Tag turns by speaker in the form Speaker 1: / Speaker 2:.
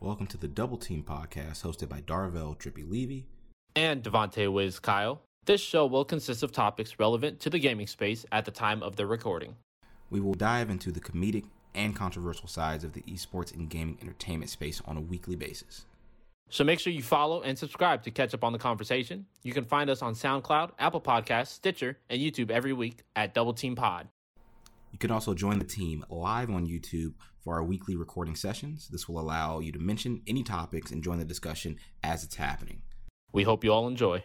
Speaker 1: Welcome to the Double Team Podcast, hosted by Darvell Trippy Levy.
Speaker 2: and Devonte Wiz Kyle. This show will consist of topics relevant to the gaming space at the time of the recording.
Speaker 1: We will dive into the comedic and controversial sides of the esports and gaming entertainment space on a weekly basis.
Speaker 2: So make sure you follow and subscribe to catch up on the conversation. You can find us on SoundCloud, Apple Podcasts, Stitcher, and YouTube every week at Double Team Pod.
Speaker 1: You can also join the team live on YouTube for our weekly recording sessions. This will allow you to mention any topics and join the discussion as it's happening.
Speaker 2: We hope you all enjoy.